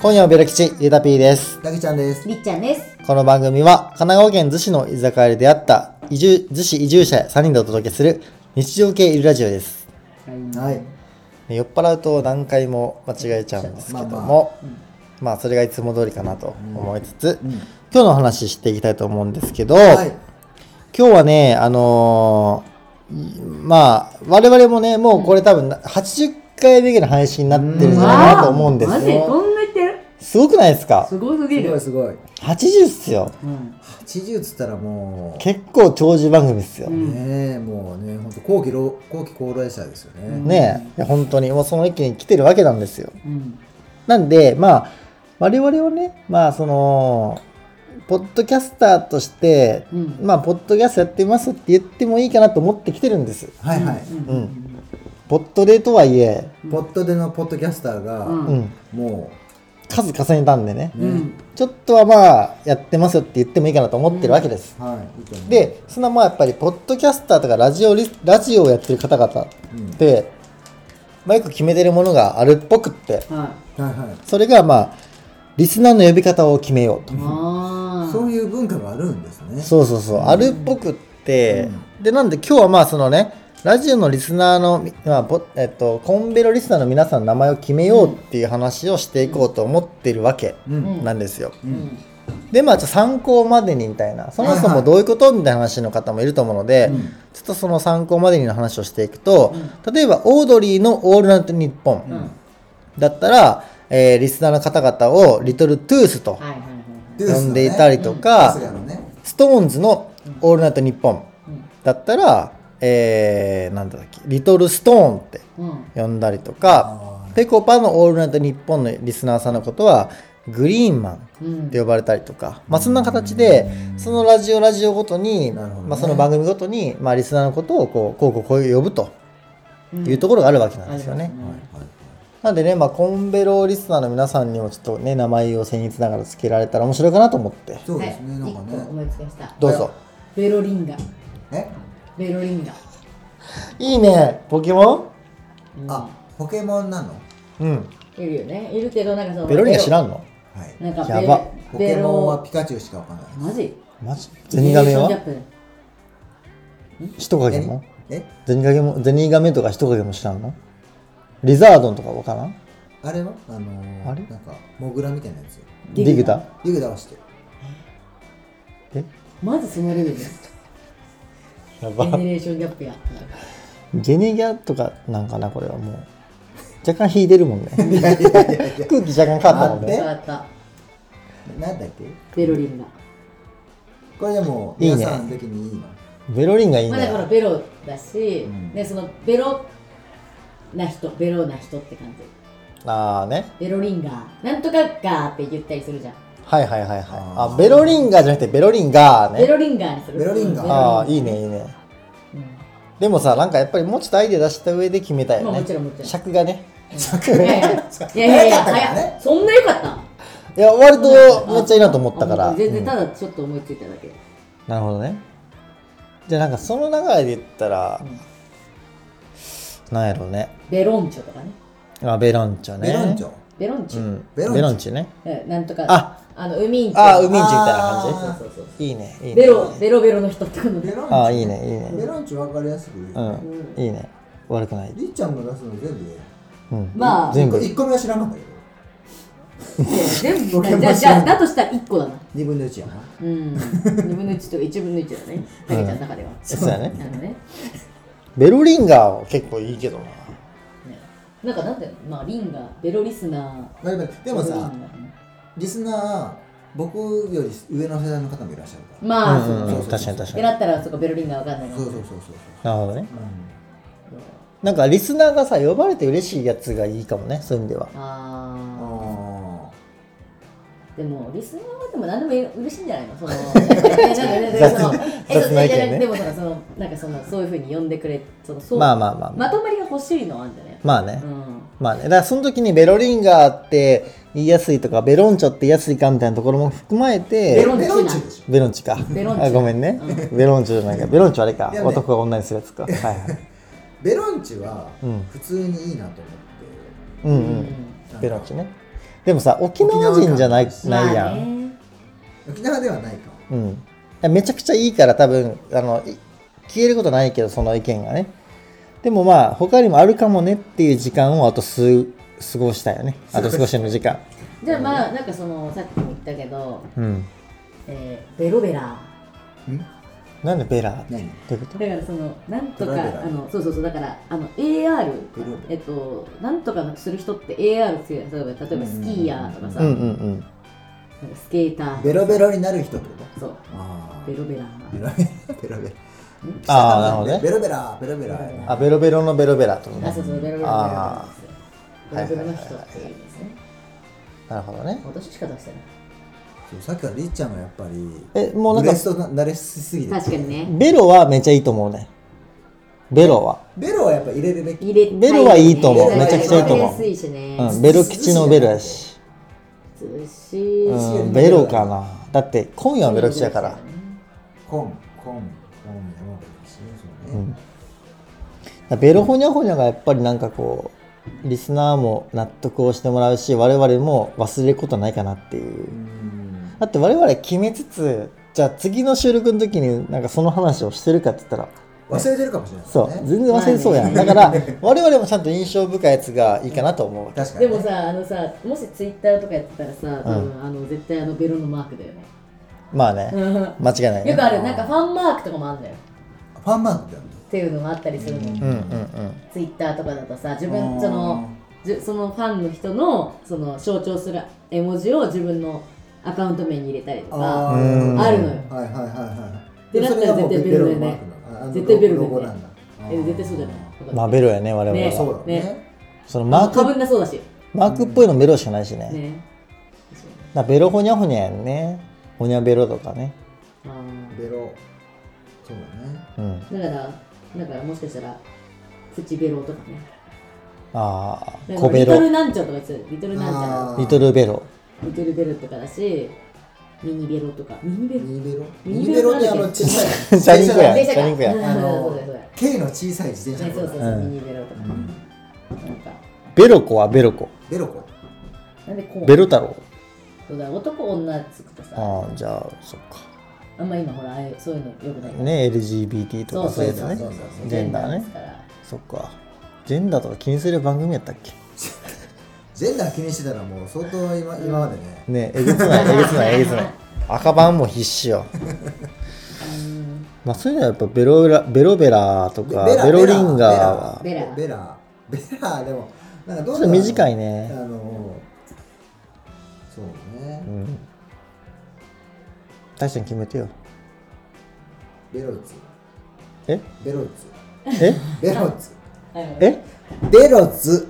今夜はベロ吉、ゆうたぴーです。たけちゃんです。りっちゃんです。この番組は、神奈川県逗子の居酒屋で出会った、移住、逗子移住者3人でお届けする、日常系いるラジオです。はい。酔っ払うと何回も間違えちゃうんですけども、ままああまそれがいつも通りかなと思いつつ、うんうん今日のお話ししていきたいと思うんですけど、はい。今日はね、あのーいまあ、我々もね、もうこれ多分80回目ぐらいの配信になってるんじゃないかなと思うんでマすジでよ。そんな言ってるすごくないですかすごすぎすごいる。すごい。 ?80 っすよ。うん。 80っつったらも結構長寿番組っすよ。うう、んねえ、もうね、ほんと後期老、後期高齢者ですよね。ねえ、いや本当に、もうその域に来てるわけなんですよ。うん。なんで、まあ、我々はね、まあ、その、ポッドキャスターとして、うんまあ、ポッドキャストやってますって言ってもいいかなと思ってきてるんです。はいはい。うんうん。ポッドでとはいえ、ポッドでのポッドキャスターが、うんうん、も数重ねたんでねう、、うね、ん。ちょっとはまあ、やってますよって言ってもいいかなと思ってるわけです。はい。いいと思う、で、そんなまあ、やっぱり、ポッドキャスターとかラジオリ、ラジオをやってる方々うんっ、て、まあ、よく決めてるものがあるっぽくって、ははいはい。それがまあリスナーの呼び方を決めようと、い。ああ。そういう文化があるんですね。そうそうそう、あるっぽくって、でなんで今日はまあそのねラジオのリスナーの、まあぼえっと、コンベロリスナーの皆さんの名前を決めようっていう話をしていこうと思ってるわけうん。うん。なんですよ、うん。でまあちょっと参考までにみたいなそもそもどういうことみたいな話の方もいると思うので、うんちょっとその参考までにの話をしていくと、例えばオードリーの「オールナイトニッポン」うん。はいだったら、えーリスナーの方々を「リトルトゥース」とはいはい。デュースのね呼んでいたりとか、春日のね。ストーンズの「オールナイトニッポンうん」だったら、えー、なんだっけ「リトルストーン」ってうん。呼んだりとかあぺこぱの「オールナイトニッポン」のリスナーさんのことは「グリーンマン」うん。って呼ばれたりとか、まあ、そんな形でそのラジオラジオごとに、なるほどねまあ、その番組ごとに、まあ、リスナーのことをこうこうこうこう呼ぶとうんいうところがあるわけなんですよね。ーはいはい。なんでね、まあ、コンベロリスナーの皆さんにもちょっとね名前を僭越ながら付けられたら面白いかなと思ってそうですね、はいな一ん個か思ね。いつきました。どうぞ。ベロリンガ。えベロリンガ。いいねポケモンうんあ、ポケモンなのはいうん。いるよね。いるけど、なんかその。ベロリンが知らん。んのなんかやばポベケロベモンはロ。ピカチュウしかわかんない。マジマジゼニガメジェネレーションはギャップ人影何もえゼニガメもゼニガメとか人影も知らんのリザードンとかわからんあれはあのー、あれなんか、モグラみたいなやつよ。デディィググダダ 湯気出してる。えまずそのレベルです。やジェばネレーションギャップや。ゲニギャとかなんかなこれはもう若干引いてるもんね いやいやいやいや空気若干変わったもんえね変わった。なんだっけベロリンガ。これでもいいね皆さん的にいいのベロリンがいいまあだからねベロだし、んねそのベロな人ベロな人って感じああねベロリンガーなんとかガーって言ったりするじゃん、はいはいはいはいあーあベロリンガじゃなくてベロリンガーベねロリンガーにするベロリンガーうんああーいいベロねいいねリンでもさなんかやっぱりもうちょっとアイデア出した上で決めたいガーうんよねまあもちろんもちろん尺がねいやいやいやいやいや早いそんな良かった いや割とめっちゃいいなと思ったかあら本当にう全然んただちょっと思いついただけ、なるほどねじゃあなんかその流れで言ったら、うんなんやろうねベロンチョとかねあベロンチョねメロンチョ。ベロンチうョ、ん、ベベロンチョロンチョねうんなんとかああの海んちあーウミンチョみたいな感そうあそうそうそじいいねいいうねベロベロベロの人ってことベねロンチョ。あーいいねいいねベロンチョわかりやすく言ううよね。んいいね悪くない、りっちゃんの出すの全部で。うん、まあ全部1個目は知らなかったけど。全部僕もじゃあじ知ゃらあんだとしたら1個だな2分の1やな。うん、2分の1とか1分の1だね、たけちゃんの中では。そうだねなのね。ベロリンガーは結構いいけどななんかなんていうの、まあ、リンが、ベロリスナまあでもー。でもさベロリ、ンリスナー、僕より上の世代の方もいらっしゃるかガら。まあ、うそんううんね。うん確かに確かってにななったら、そこベロリンがわかんないのそうそうそうそうそるう。ほどねうんなんかリスナーがさ呼ばれて嬉しいやつがいいかもねそういう意味ではああーでも、リスナーはでも何でも嬉しいんじゃないの その、いやなんか全然その、え雑そうない意見ねやいやでもさ、その、なんかその、そういうふうに呼んでくれ、その、そうまあまあまあまあまとまりが欲しいのはあるんじゃないまあね、うん。まあね、だからその時にベロリンガーって言いやすいとか、ベロンチョって言いやすいかみたいなところも含まれて、ベーロンチベョロンチョでしょ。ベロンチか。ベロンチョあごめんね。ベロンチョじゃないか。ベロンチョあれか。いやね男が女にするやつか。はいはい。ベロンチはうん普通にいいなと思って。うんうん。うベロンチね。でもさ沖縄人じゃない沖ないやん、ね沖縄ではないかうん、めちゃくちゃいいから多分あのい消えることないけどその意見がねでもまあ他にもあるかもねっていう時間をあと数過ごしたよねあと少しの時間じゃあまあなんかそのさっきも言ったけど、うんえーベロベラなんでベラって何どういうことだからそのなんとかベロベラあのそうそうそうだからあの AR ベロベラえっとなんとかする人って AR つける例えば例えばスキーヤーとかさ、うんうんうんなんかスケーターベロベロになる人ってことそうああベロベラベロベロベロあーなるほどねベロベラベロベラあベロベロのベロベラってことあねそうそうベロベラあベロベラの人っていうんですねなるほどね私しか出してなそうさっきからりっちゃんがやっぱりえもうなんブかレスト慣れしすぎてい確かにねベロはめちゃいいと思うねベロはベロはやっぱ入れるべき入れベロはいいと思うめちゃくちゃいいと思う入れやすいしね、うんベロ吉のベロやし、涼しいしうん、ベロかなだって今夜はベロ吉やからコンコンコン山形ですねそうねベロホニャホニャがやっぱりなんかこうリスナーも納得をしてもらうし我々も忘れることないかなっていううんだって我々決めつつじゃあ次の収録の時になんかその話をしてるかって言ったら忘れてるかもしれないですそうね全然忘れそうやんまあだねから我々もちゃんと印象深いやつがいいかなと思う確かでにねもさあのさもしツイッターとかやってたらさ多分、あの絶対あのベロのマークだよねまあねよ間違いないくねあるなんかファンマークとかもあるんだよファンマークってあるんだっていうのがあったりするの、うんうんうんうんツイッターとかだとさ自あ分ーそのじゅそのファンの人のその象徴する絵文字を自分のアカウント名に入れたりとかあうんーあるのよはいはいはいはいでそれがもうだったら絶対ベロだよねのマークなのああの絶対ベロだよねロゴなんだえ絶対そうじゃないまあベロやね我々あねーそはうだろうねそのママーークかクぶんなそうだしマークっぽいのベロしかないしねねだからベロホニャホニャやんねホニャベロとかねあーベロそうだねうんだからだからもしかしたらプチベロとかねああだか小らベリトルロなんちゃらとか言ってたよリトルなんちゃらあーリトルベロリトルベルとかだし、ミニベロとか。ミニベロミニベロミミニニベベロロっっててああの小さの小さいい 自転車や電車か。チャリンコやうんあそのうだよそうだよ K の小さい自転ね車そのことうそうそう、うんミニベロとか。うなんんか、ベロコはベロコベロコなんでこう。ベロ太郎そうだ、男女つくとさ、ああじゃあそっかあんま今ほら、ああいうそういうのよくない。ね LGBT とかそういうやつねそうそうそうジェンダーねですから。そっかジェンダーとか気にする番組やったっけジェンダー気にしてたらもう相当今今までねねええげつないえげつないえげつない赤番も必死ようんまあそういうのはやっぱベロラベロベラとかベラベロリンガーはベラ。ベラベラでもなんかちどょんっどとん短いあねのそうねうん大ちゃん決めてよベロツえベロツえベロツええベロツ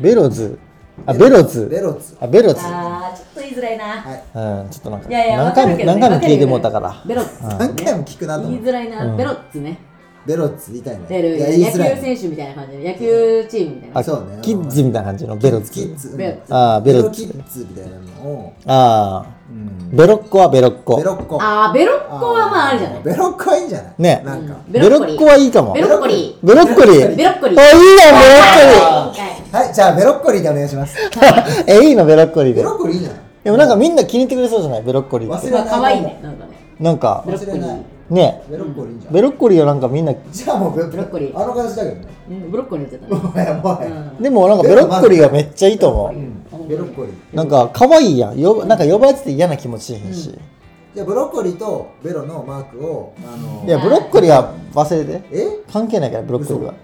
ベロズあベロベズロツあベロズあー、ちょっと言いづらいな。はいうんちょっとなんかいやいや、何回もわかるけど何ね回も聞いてもうたからベロッツね。何回も聞くなと思言いってづらいな。ベロッツね。ベロツみたいな出るいや野言いづ球らい選手みたいな感じで、野球チームみたいなあ。そうねキッズみたいな感じのベロキズッズうんベロツあーベロキズッズみたいなのをああうんベロッコはベロッコベロッコあー、ベロッコはまああるじゃない。ベロッコはいいんじゃないねなんかベロッコはいいかもベベロロッコリッー。コリーベロッコリー。あいいやんベロッコはいじゃあベロッコリーでお願いしますリー えいいのベロッコリーでベロッコリーいいんじゃないでもなんかみんな気に入ってくれそうじゃないベロッコリーっ忘てれまあ可愛いね、なんかね。なんかベロッコリー忘れないねベロッコリーいいんじゃなベいロッコリーはなんかみんなじゃあもうベベロッコリーあの形だけどねうん、ブロッコリー言ってた も ね。はやもはうやんでもなんかベロッコリーはめっちゃいいと思うんベロッコリーうなんか可愛いやんよなんか呼ばれてて嫌な気持ちいいしじゃあブロッコリーとベロのマークをあのいやブロッコリーは忘れてえ関係ないからブロッコリーは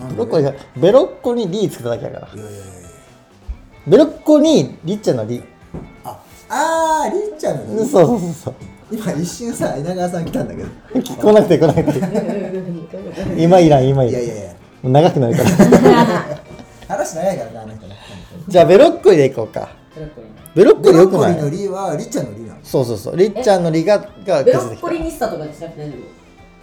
なんブロでッコリーがベロッコにリーつけただけだからいやいやいやいやベロッコにりっちゃんのりああーりっちゃんそうそのうそうそう今一瞬さ稲川さん来たんだけど聞こなくて来なくて今いらん今いいらやんいやいやもう長くなるから 話長いからねあの人ねじゃあベロッコリでいこうかベロッコリーねベロッコベリロよッくコリなーのいリーはりっちゃんのリーなのそうそうそうりっちゃんのりががベロ崩れてッきコたリニスタとかにしなくて大丈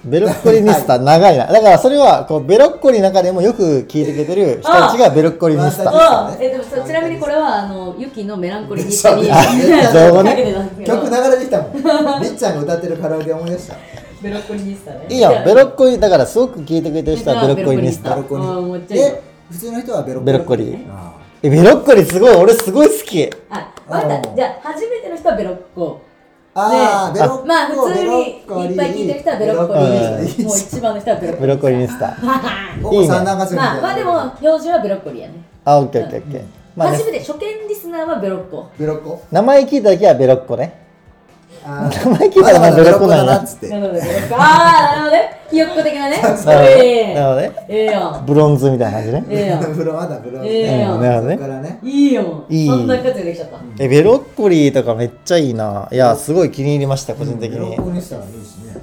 ベロッコリニスタ長いなだからそれはこうベロッコリの中でもよく聞いてくれてる人たちがベロッコリニスあタ夫あ。え、でもさちなみにこれはあのユキのメランコリーニスタにそう造語ねか けてたんですけど曲流れてきたもんりっちゃんが歌ってるカラオケ思い 出したベロッコリニスタね。いいやんベロッコリだからすごく聞いてくれてる人はベロッコリニスあタベロッコリあーもうーちょいで普通の人はベロッコリーベロッコリーあえベロッコリーすごい俺すごい好きあ、わかっうた。んじゃあ、初めての人はベロッコ。ああ、ベロッコまあ、普通ベにロいっッコリーぱい聞いてる人はベロッコリベロッコー。もう一番の人はベロッコベリロー。ッコリーインスタほぼ産卵合戦みたまあ、いなまあでも、標準はベロッコリーやね。あオッケーオッケーオッケーまあね初めて、初見リスナーはベロッコ。ベロッコ名前聞いただけはベロッコねあ名前聞いたらまあベロッコなんだやっつってなるほど、ベロッコ。ああ、なるほどね。ひよっこ的なね。 なええるほどねええやん。ブロンズみたいな感じねええや ん。風呂まだ風呂ええやうんねん。そっからねいいよ。いいそんな活用できちゃった。えベロッコリーとかめっちゃいいないやすごい気に入りました個人的ベロにッコにしたらいいしね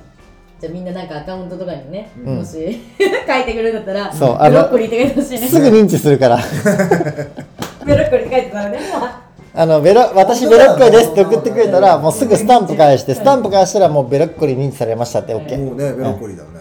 じゃあみんななんかアカウントとかにね、んもし 書いてくれるんだったら、そうあのベロッコリーって書いてほしいね。すぐ認知するからベロッコリーって書いてたらね。 あのベロ私ベロッコリーですって送ってくれたらもうすぐスタンプ返してスタンプ返したらもうベロッコリー認知されましたって OKOKOK もうねベロッコリーだよね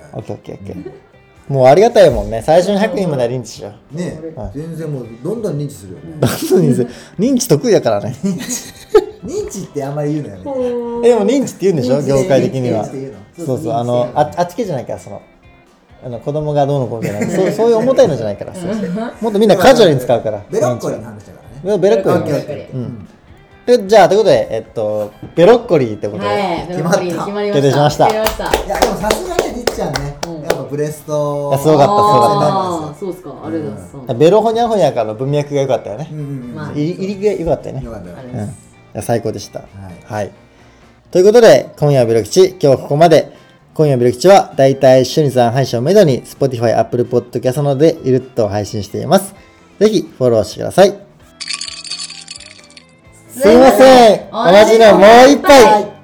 もうありがたいもんね最初に100人までは認知し ようねはい全然もうどんどん認知するよねどんどん認知認知得意だからね認知ってあんまり言うのよねえでも認知って言うんでしょ認知業界的に認は知って言うのそうそう認知あのああっち系じゃないからそのあの子供がどうのこうのじゃないそうそういう重たいのじゃないからそうそうもっとみんなカジュアルに使うからベロッコリー認の話だからね知はベロッコリーオのッケ話ーオッケうんでじゃあということでえっとベロッコリーってことで、はい、ベロッコリーに決まりま決定しまし。したた決まりました。いやでもさすがねりっちゃんねうんやっぱブレストいやすごかったあーすそうですか、ありがとうございます。ベロホニャホニャからの文脈が良かったよね、うんうんうんまあ入り入りが良かったよねよかったよありうん、まいすや最高でした。はいい、ということで、今夜はベロ吉、今日はここまで。今夜はベロ吉は、だいたい週に3配信をめどに、Spotify、Apple Podcast などでゆるっと配信しています。ぜひ、フォローしてください。すいません。お同まじじののももうう一一杯杯。